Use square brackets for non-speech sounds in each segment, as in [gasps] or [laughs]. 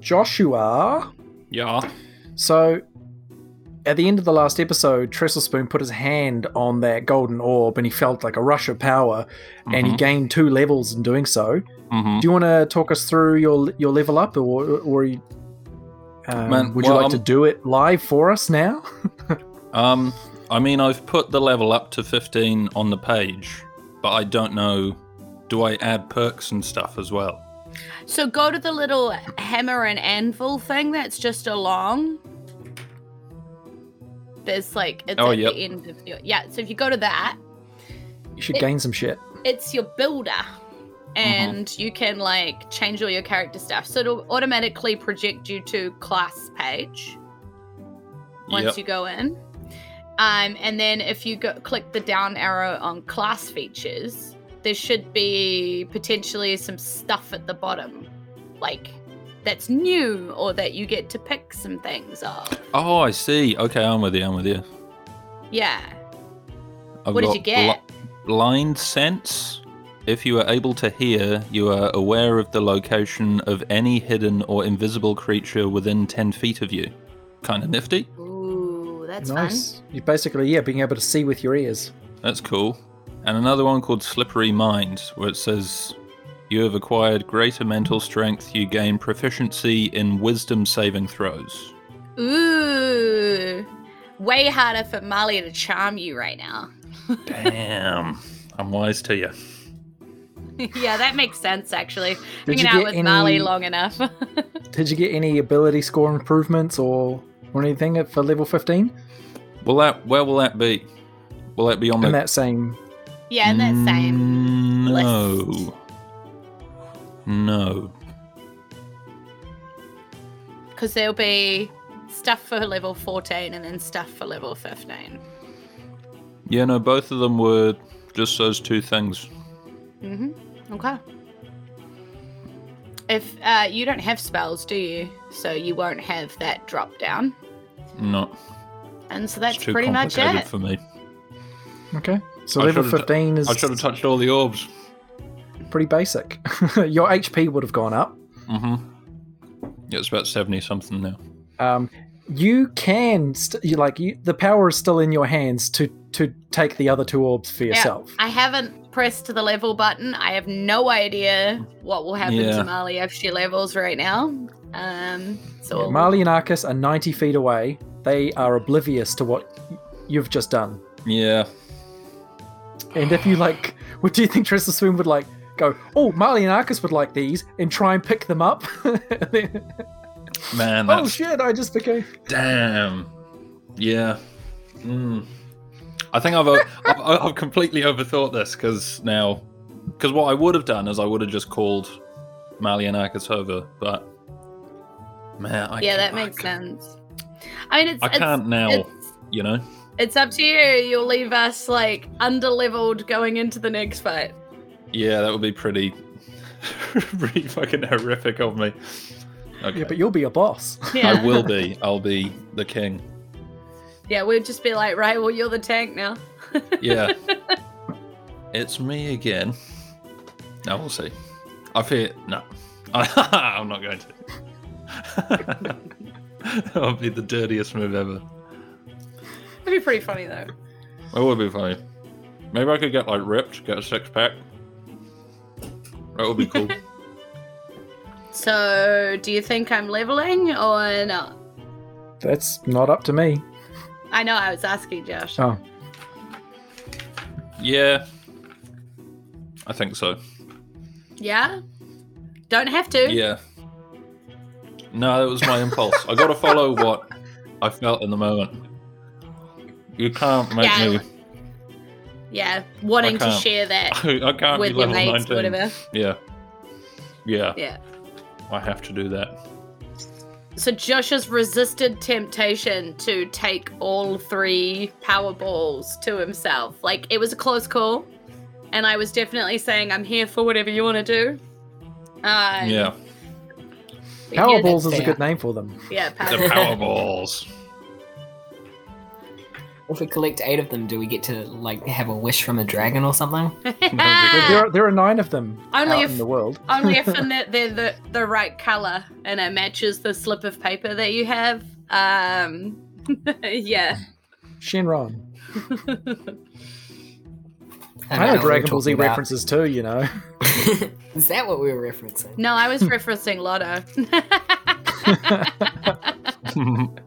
Joshua. Yeah. So, at the end of the last episode, Trestlespoon put his hand on that golden orb and he felt like a rush of power and he Mhm. gained two levels in doing so. Mhm. Do you want to talk us through your your level up or, or you, um, Man, would you well, like to I'm- do it live for us now? Um, I mean, I've put the level up to 15 on the page, but I don't know. Do I add perks and stuff as well? So go to the little hammer and anvil thing that's just along. There's like it's Oh, at yep. the end of your yeah. So if you go to that, You should It- gain some shit. it's your builder, Uh-huh. and you can like change all your character stuff. So it'll automatically project you to class page once Yep. you go in. Um, and then if you go, click the down arrow on class features, there should be potentially some stuff at the bottom, like that's new or that you get to pick some things of. Oh, I see. Okay, I'm with you. I'm with you. Yeah. I've What did got you get? bli- blind sense. If you are able to hear, you are aware of the location of any hidden or invisible creature within 10 feet of you. Kind of nifty. Ooh, that's nice. You basically, yeah, being able to see with your ears. That's cool. And another one called Slippery Mind, where it says, You have acquired greater mental strength, you gain proficiency in wisdom saving throws. fun. Ooh. Way harder for Malia to charm you right now. [laughs] Damn. I'm wise to you. yeah, that makes sense actually. Did Hanging you out get with any- Mali long enough. [laughs] Did you get any ability score improvements or, or anything for level 15? Will that, where will that be? Will that be on the. And that same. yeah, and that same. Mm, list. No. No. Because there'll be stuff for level 14 and then stuff for level 15. Yeah, no, both of them were just those two things. hmm Okay. If uh, you don't have spells, do you? So you won't have that drop down. No, And it's so that's too pretty much complicated it. for me. Okay. So I level should've d- 15 I should have is touched all the orbs. pretty basic. [laughs] your HP would have gone up. Mm-hmm. Yeah, it's about 70 something now. Um, you can, st- you like, you, the power is still in your hands to to take the other two orbs for yourself. I haven't pressed the level button. I have no idea what will happen Yeah. to Mali if she levels right now. Um, so Yeah, Marley and Arcus are 90 feet away. They are oblivious to what you've just done. Yeah. And if you like, [laughs] what do you think Tristan Swoon would like? Go, oh, Marley and Arcus would like these, and try and pick them up. [laughs] And then, Man, oh that's shit! I just became. damn. Yeah. Mm. I think [laughs] I've, o- I've I've I've completely overthought this because now, because what I would have done is I would have just called Mali and Arcus over, but man, I yeah, can't- that I makes can't- sense. I mean, it's I it's, can't now, it's you know. it's up to you. You'll leave us like underleveled going into the next fight. Yeah, that would be pretty, [laughs] pretty fucking horrific of me. Okay. Yeah, but you'll be a boss. [laughs] Yeah, [laughs] I will be. I'll be the king. yeah, we'd just be like, right, well, you're the tank now. Yeah. it's me again. No, we'll see. I fear no. [laughs] I'm not going to. [laughs] that would be the dirtiest move ever. That'd be pretty funny though. It would be funny. Maybe I could get like ripped, get a six pack. That would be cool. So, do you think I'm leveling or not? That's not up to me. I know I was asking Josh. Oh, yeah. I think so. Yeah, don't have to. Yeah. No, that was my impulse. I got to follow what I felt in the moment. You can't make Yeah, me. Yeah, wanting to can't. share that I [laughs] can't with be your level mates, 19. whatever. Yeah. yeah. Yeah. I have to do that. So Josh has resisted temptation to take all three power balls to himself. Like it was a close call, and I was definitely saying, "I'm here for whatever you want to do." Uh, [laughs] yeah. but yeah, Power Balls that's is a [laughs] fair. good name for them. Yeah, The power. Powerballs. If we collect eight of them, do we get to like have a wish from a dragon or something? There, there are, there are nine of them only out if in the world. only if in the, they're the the right color and it matches the slip of paper that you have. Um, [laughs] yeah. Shenron. don't I what know we're Dragon Ball Z talking about. references too, you know. [laughs] Is that what we were referencing? No, I was referencing Lotto. [laughs] [laughs] [laughs]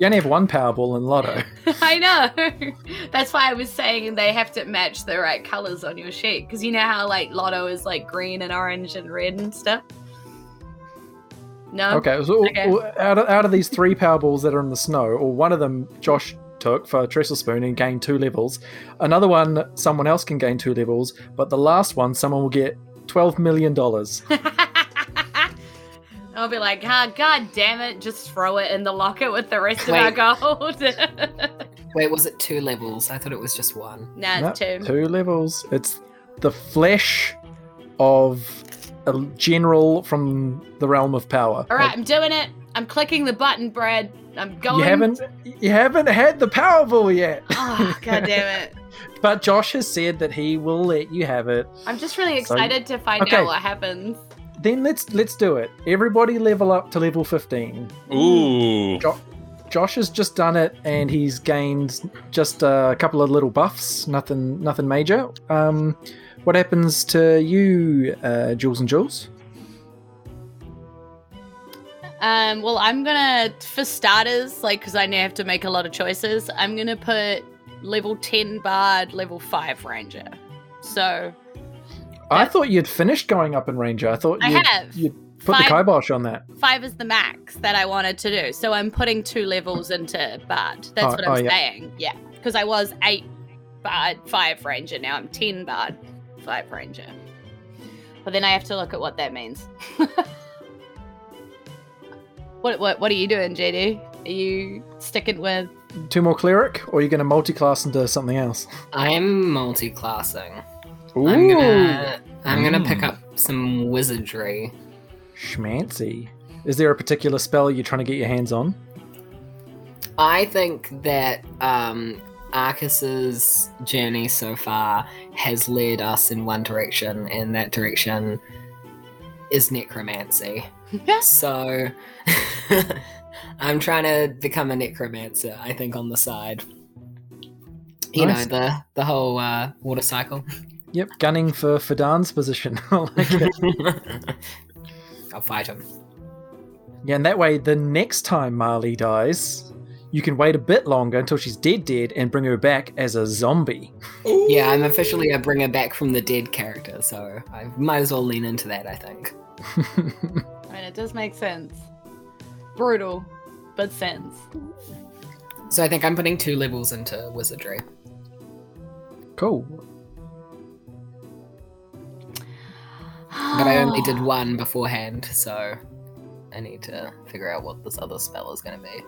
You only have one Powerball in Lotto. I know. That's why I was saying they have to match the right colors on your sheet because you know how like Lotto is like green and orange and red and stuff. No. Okay, so Um, Okay. Out, of, out of these three Powerballs that are in the snow, or one of them Josh took for Trestle Spoon and gained two levels, another one someone else can gain two levels, but the last one someone will get $12 million. [laughs] I'll be like, ah, god damn it, just throw it in the locker with the rest Wait. of our gold. [laughs] nah, Wait, was it two levels? I thought it was just one. Nope, it's two. Two levels. It's the flesh of a general from the realm of power. All right, I'm doing it. I'm clicking the button, Brad. I'm Like, going. you haven't you haven't had the Powerball yet. Oh, god damn it. But Josh has said that he will let you have it. [laughs] I'm just really So- excited to find Okay. out what happens. Then let's let's do it. Everybody level up to level 15. Ooh. Josh has just done it and he's gained just a couple of little buffs, nothing nothing major. Um what happens to you, uh, Jules and Jules? Um, well, I'm gonna, for starters, like, because I now have to make a lot of choices, I'm gonna put level 10 bard, level 5 ranger. So, I Yeah. thought you'd finished going up in Ranger. I thought I you'd, have. you'd put the Five- kibosh on that. 5 is the max that I wanted to do. So, I'm putting two levels into bard. That's Oh, what oh, I'm yeah. saying. Yeah. Because I was 8 bard, 5 ranger. Now I'm 10 bard, 5 ranger. But then I have to look at what that means. [laughs] what, what, what are you doing, JD? Are you sticking with. [laughs] Two more cleric, or you're going to multi-class into something else. I'm multi-classing. Ooh, I'm gonna I'm gonna pick Mm. up some wizardry. schmancy. Is there a particular spell you're trying to get your hands on? I think that um, Arcus's journey so far has led us in one direction, and that direction is necromancy. So [laughs] I'm trying to become a necromancer. I think on the side, you Nice. know the the whole uh, water cycle. Yep, gunning for for Dan's position. [laughs] I like [laughs] it. [laughs] I'll fight him. Yeah, and that way, the next time Marley dies, you can wait a bit longer until she's dead, dead, and bring her back as a zombie. Yeah, I'm officially a bringer back from the dead character, so I might as well lean into that. I think. I mean, it does make sense. Brutal, but sense. So I think I'm putting two levels into wizardry. cool. But I [gasps] only did one beforehand, so I need to figure out what this other spell is going to be.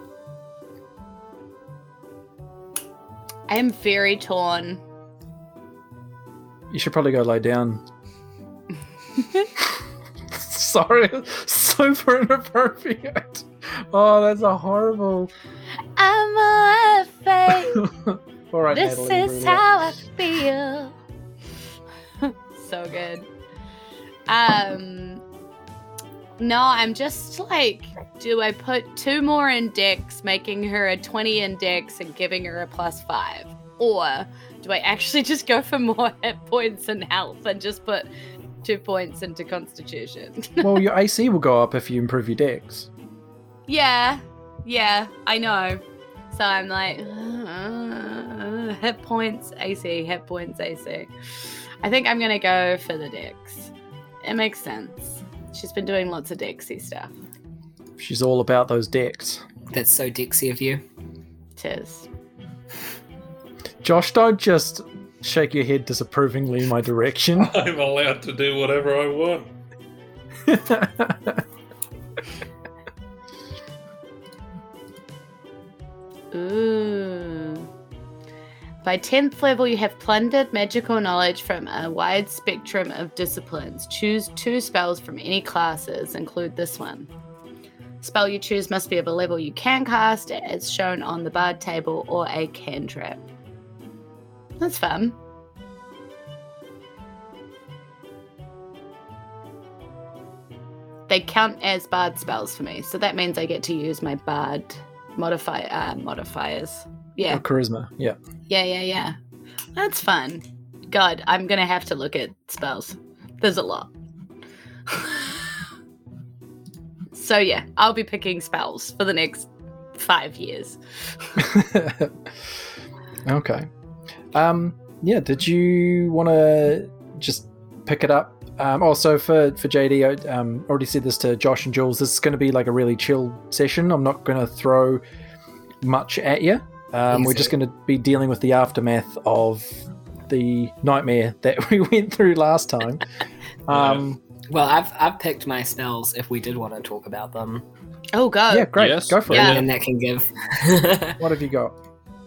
I am very torn. You should probably go lie [laughs] down. Sorry, [laughs] super inappropriate. Oh, that's a horrible. I'm afraid. All right, this Natalie, is read it. how I feel. [laughs] so good. Um. No, I'm just like, do I put two more in Dex, making her a 20 in Dex and giving her a plus five? Or do I actually just go for more [laughs] hit points and health and just put two points into Constitution? [laughs] well, your AC will go up if you improve your decks. Yeah, yeah, I know. So I'm like, uh, hit points, AC, hit points, AC. I think I'm gonna go for the Dex. It makes sense. She's been doing lots of Dexy stuff. She's all about those decks. That's so Dixie of you. Tis. Josh, don't just shake your head disapprovingly in my direction. I'm allowed to do whatever I want. Ooh. By 10th level, you have plundered magical knowledge from a wide spectrum of disciplines. Choose two spells from any classes, include this one. Spell you choose must be of a level you can cast, as shown on the bard table, or a cantrip. That's fun. They count as bard spells for me, so that means I get to use my bard modify uh, modifiers. Yeah, Or charisma. Yeah. yeah, yeah, yeah. That's fun. God, I'm gonna have to look at spells. There's a lot. [laughs] so yeah, I'll be picking spells for the next five years. [laughs] okay. Um, yeah. Did you want to just pick it up? Um, also for for JD, I um, already said this to Josh and Jules. This is going to be like a really chill session. I'm not going to throw much at you. Um, we're Easy. just going to be dealing with the aftermath of the nightmare [laughs] that we went through last time. Um, Well, I've I've picked my spells if we did want to talk about them, Oh god. yeah, great. Yes. Go for Yeah. it. and that can give. [laughs] What have you got?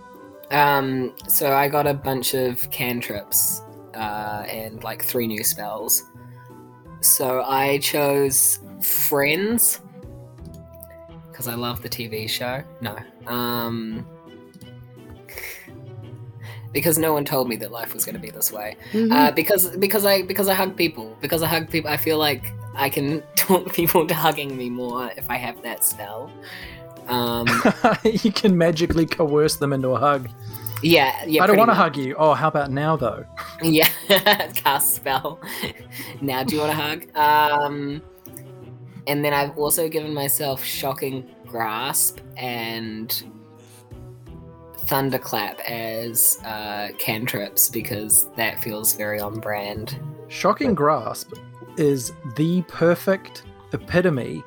[laughs] um, so I got a bunch of cantrips, uh, and like three new spells. So I chose Friends because I love the TV show. No, um, because no one told me that life was going to be this way. Mm-hmm. Uh, because because I because I hug people because I hug people I feel like I can [laughs] talk people to hugging me more if I have that spell. [laughs] Um, you can magically coerce them into a hug. yeah, yeah. I don't want to to hug you. Oh, how about now though? Yeah, [laughs] cast spell. now, do you want to hug? Um, and then I've also given myself shocking grasp and thunderclap as uh, cantrips because that feels very on brand. Shocking grasp is the perfect epitome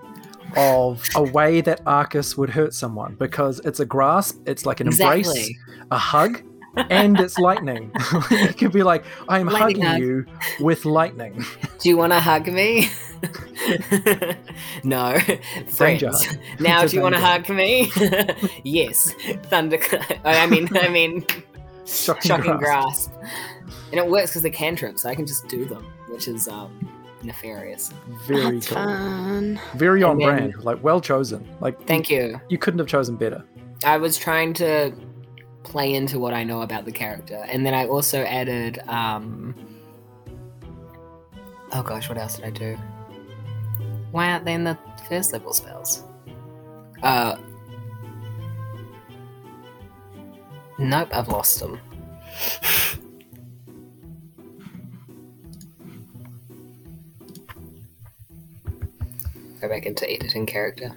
of [laughs] a way that Arcus would hurt someone because it's a grasp, it's like an embrace, Exactly. a hug, and it's lightning. [laughs] it could be like, I am Lightning hugging hug. you with [laughs] lightning. Do you want to [laughs] hug me? no. Danger Friends. hug. Now, It's a do you want to danger. hug me? [laughs] yes. Thunderclap. I mean, I mean, [laughs] Shocking, shocking grasp. grasp. And it works because they're cantrips, so I can just do them, which is um, nefarious. Mm-hmm. Very That's cool. uh, fun. Very on And then- brand. Like, well chosen. Like, Thank you. you couldn't have chosen better. I was trying to play into what I know about the character, and then I also added. Um, oh gosh, what else did I do? Why aren't they in the first level spells? Uh, nope, I've lost them. Go back into editing character.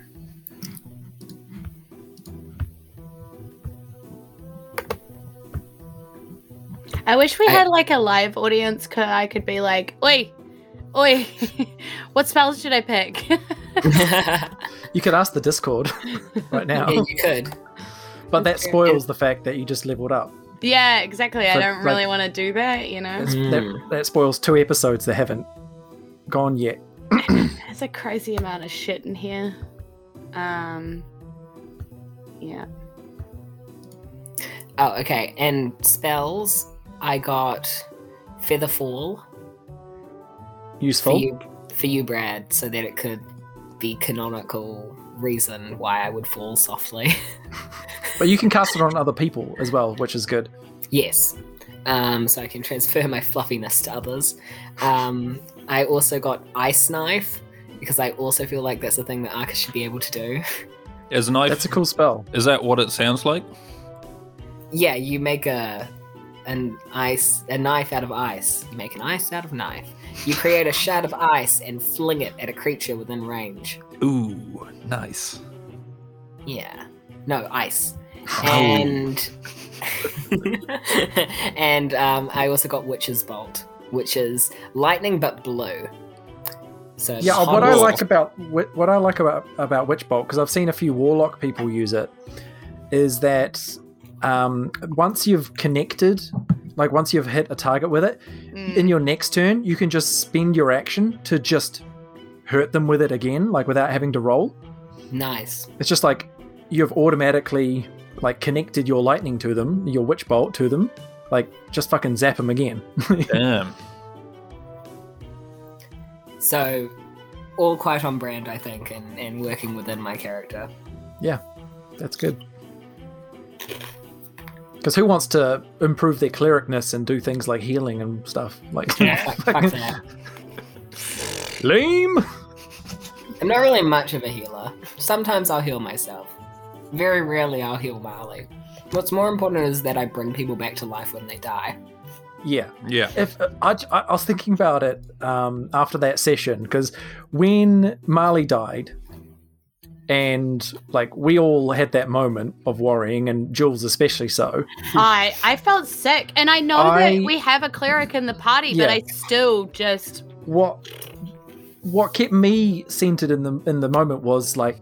I wish we I- had like a live audience cause I could be like, oi, oi, [laughs] what spells should I pick? [laughs] You could ask the [laughs] Discord right now, Yeah, you could. but that true. spoils the fact that you just leveled up. yeah, exactly. I But, don't like- really want to do that, you [laughs] know? That's, Mm. that, that spoils two episodes that haven't gone yet. There's a crazy amount of shit in here. Um, yeah. Oh, okay. And spells, I got Featherfall for Useful. you, for you, Brad, so that it could be canonical reason why I would fall softly. [laughs] But you can cast it on other people as well, which is good. yes. Um, so I can transfer my fluffiness to others. Um, I also got Ice Knife because I also feel like that's a thing that Arcus should be able to do. Is knife? That's a cool spell. Is that what it sounds like? yeah, you make a an ice a knife out of ice. You make an ice out of knife. You create a shard of ice and fling it at a creature within range. Ooh, nice. Yeah. No, ice. And [laughs] and um, I also got Witch's Bolt, which is lightning but blue. So it's Yeah, hot what I as- like about wi- what I like about about Witch Bolt because I've seen a few Warlock people use it, is that um, once you've connected, like once you've hit a target with it, Mm. in your next turn you can just spend your action to just hurt them with it again, like without having to roll. nice. It's just like you've automatically like connected your lightning to them, your witch bolt to them. Like just fucking zap them again. Damn. So all quite on brand, I think, and, and working within my [laughs] character. That's good. Because who wants to improve their clericness and do things like healing and stuff? [laughs] Like, Fuck- fuck that. lame. I'm not really much of a healer. Sometimes I'll heal myself. Very rarely I'll heal Marley. What's more important is that I bring people back to life when they die. [laughs] Yeah. Yeah. If uh, I, I, I was thinking about it um, after that session, because when Marley died, and like we all had that moment of worrying, and Jules especially so. I I felt sick, and I know I- that we have a cleric in the party, but Yeah. I still just what what kept me centered in the in the moment was like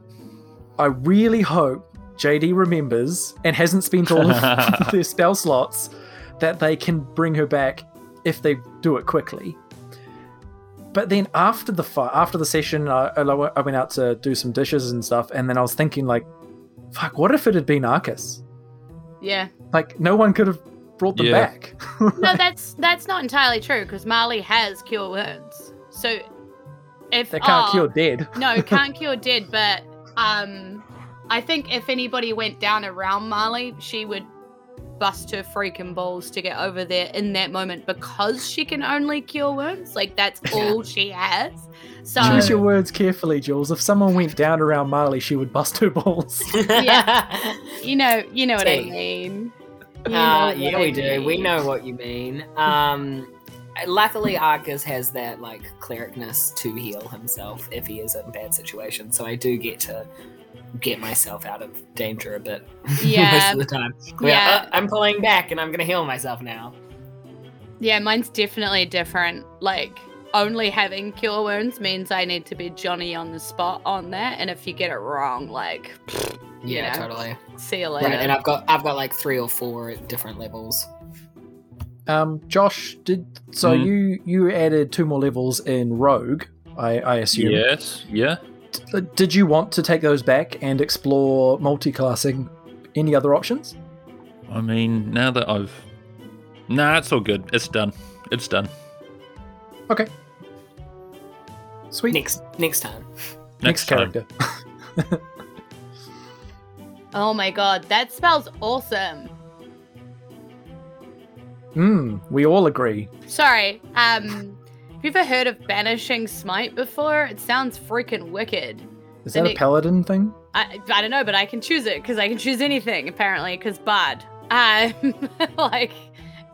I really hope JD remembers and hasn't spent all [laughs] of their spell slots that they can bring her back if they do it quickly. But then after the fi- after the session, I, I lo- I went out to do some dishes and stuff, and then I was thinking like, "Fuck! What if it had been Arcus? [laughs] yeah. Like, no one could have brought them Yeah. back." [laughs] No, that's that's not entirely true because Marley has cure wounds. So if They can't oh, cure dead. [laughs] no, can't cure dead, but um, I think if anybody went down around Marley, she would bust her freaking balls to get over there in that moment because she can only cure wounds. Like that's all she has. So Choose your words carefully, Jules. If someone went down around Marley, she would bust her balls. [laughs] [laughs] Uh, Yeah. you know, you know what I Tea. mean. You know Uh, what yeah, I we do. We mean. know what you mean. Um, luckily, Arcus has that like clericness to heal himself if he is in bad situations, so I do get to get myself out of danger a bit [laughs] Yeah, most of the time. Yeah. yeah, "Uh, I'm pulling back and I'm gonna heal myself now. yeah. Mine's definitely different. Like only having cure wounds means I need to be Johnny on the spot on that. And if you get it wrong, like Yeah, Yeah. totally. see you later. Right, and I've got I've got like three or four different levels. Um, Josh, did so Mhm. you you added two more levels in Rogue, I, I assume. Yes. Yeah. D- Did you want to take those back and explore multi-classing? Any other options? I mean, now that I've. Nah, it's all good. It's done. It's done. Sweet. Next next time. Next, time. character. Oh my god, that spell's awesome. Hmm. we all agree. Sorry, um, have you ever heard of Banishing Smite before? It sounds freaking wicked. Is that And a it- paladin thing? I, I don't know, but I can choose it because I can choose anything apparently because bad. Um, [laughs] like,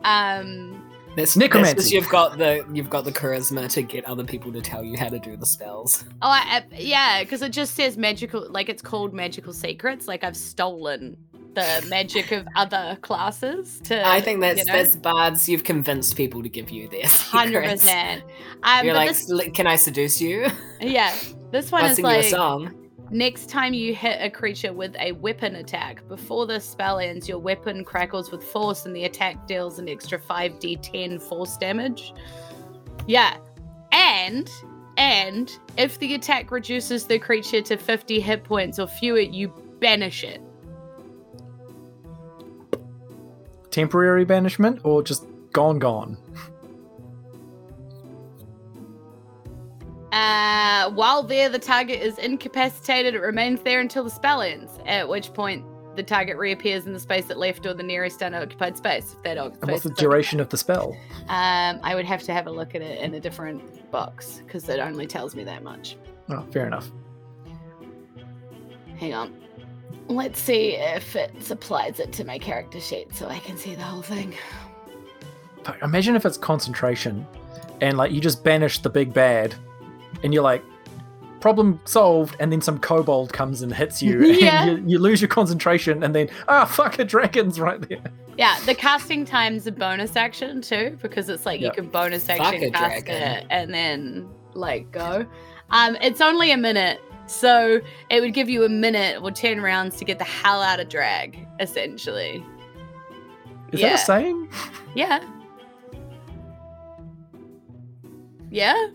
um, That's Necromancy. That's 'cause you've got the you've got the charisma to get other people to tell you how to do the spells. oh I, I- yeah, because it just says magical. Like it's called magical secrets. Like I've stolen the magic of other classes to. I think that's you know, that's bards. You've convinced people to give you their [laughs] hundred secrets. percent. Um, You're but like, this, "L- can I seduce you? yeah, this one I'll is sing like. you a song. Next time you hit a creature with a weapon attack, before the spell ends, your weapon crackles with force and the attack deals an extra 5d10 force damage. Yeah. And and if the attack reduces the creature to 50 hit points or fewer, you banish it. Temporary banishment or just gone gone? Uh, while there, the target is incapacitated. It remains there until the spell ends, at which point the target reappears in the space it left or the nearest unoccupied space. If that And occupied what's the space- duration of the spell? Um, I would have to have a look at it in a different box because it only tells me that much. Oh, fair enough. Hang on. Let's see if it applies it to my character sheet so I can see the whole thing. Fuck, imagine if it's concentration and like you just banish the big bad and you're like problem solved and then some kobold comes and hits [laughs] you Yeah. and you, you lose your concentration and then ah fuck a dragon's right there Yeah, the casting time's a bonus action too because it's like Yeah. you can bonus Fuck action a cast dragon. it and then like go. Um, it's only a minute, so it would give you a minute or ten rounds to get the hell out of drag, essentially. is yeah. that a saying Yeah. Yeah?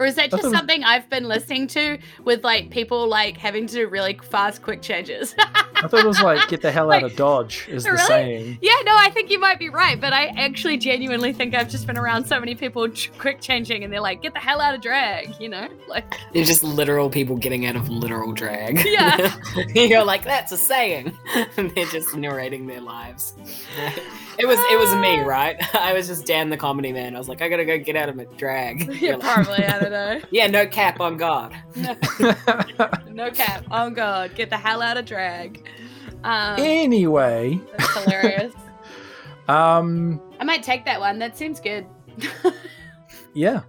Or is that I just thought it was- something I've been listening to with like people like having to do really fast quick changes? [laughs] I thought it was like get the hell out Like, of Dodge is the really? saying. Yeah, no, I think you might be right, but I actually genuinely think I've just been around so many people ch- quick changing and they're like, get the hell out of drag, you know? [laughs] Like, They're just literal people getting out of literal drag. [laughs] Yeah. [laughs] You're like, that's a saying. [laughs] and they're just narrating their lives. it was it was Ah. me, right? [laughs] I was just Dan the comedy man. I was like, I gotta go get out of my [laughs] drag. yeah, You're like, probably, I don't know. [laughs] yeah, no cap on God. No cap. Oh, God, get the hell out of drag. Um, [laughs] anyway, that's hilarious. um, I might take that one. That seems good. yeah,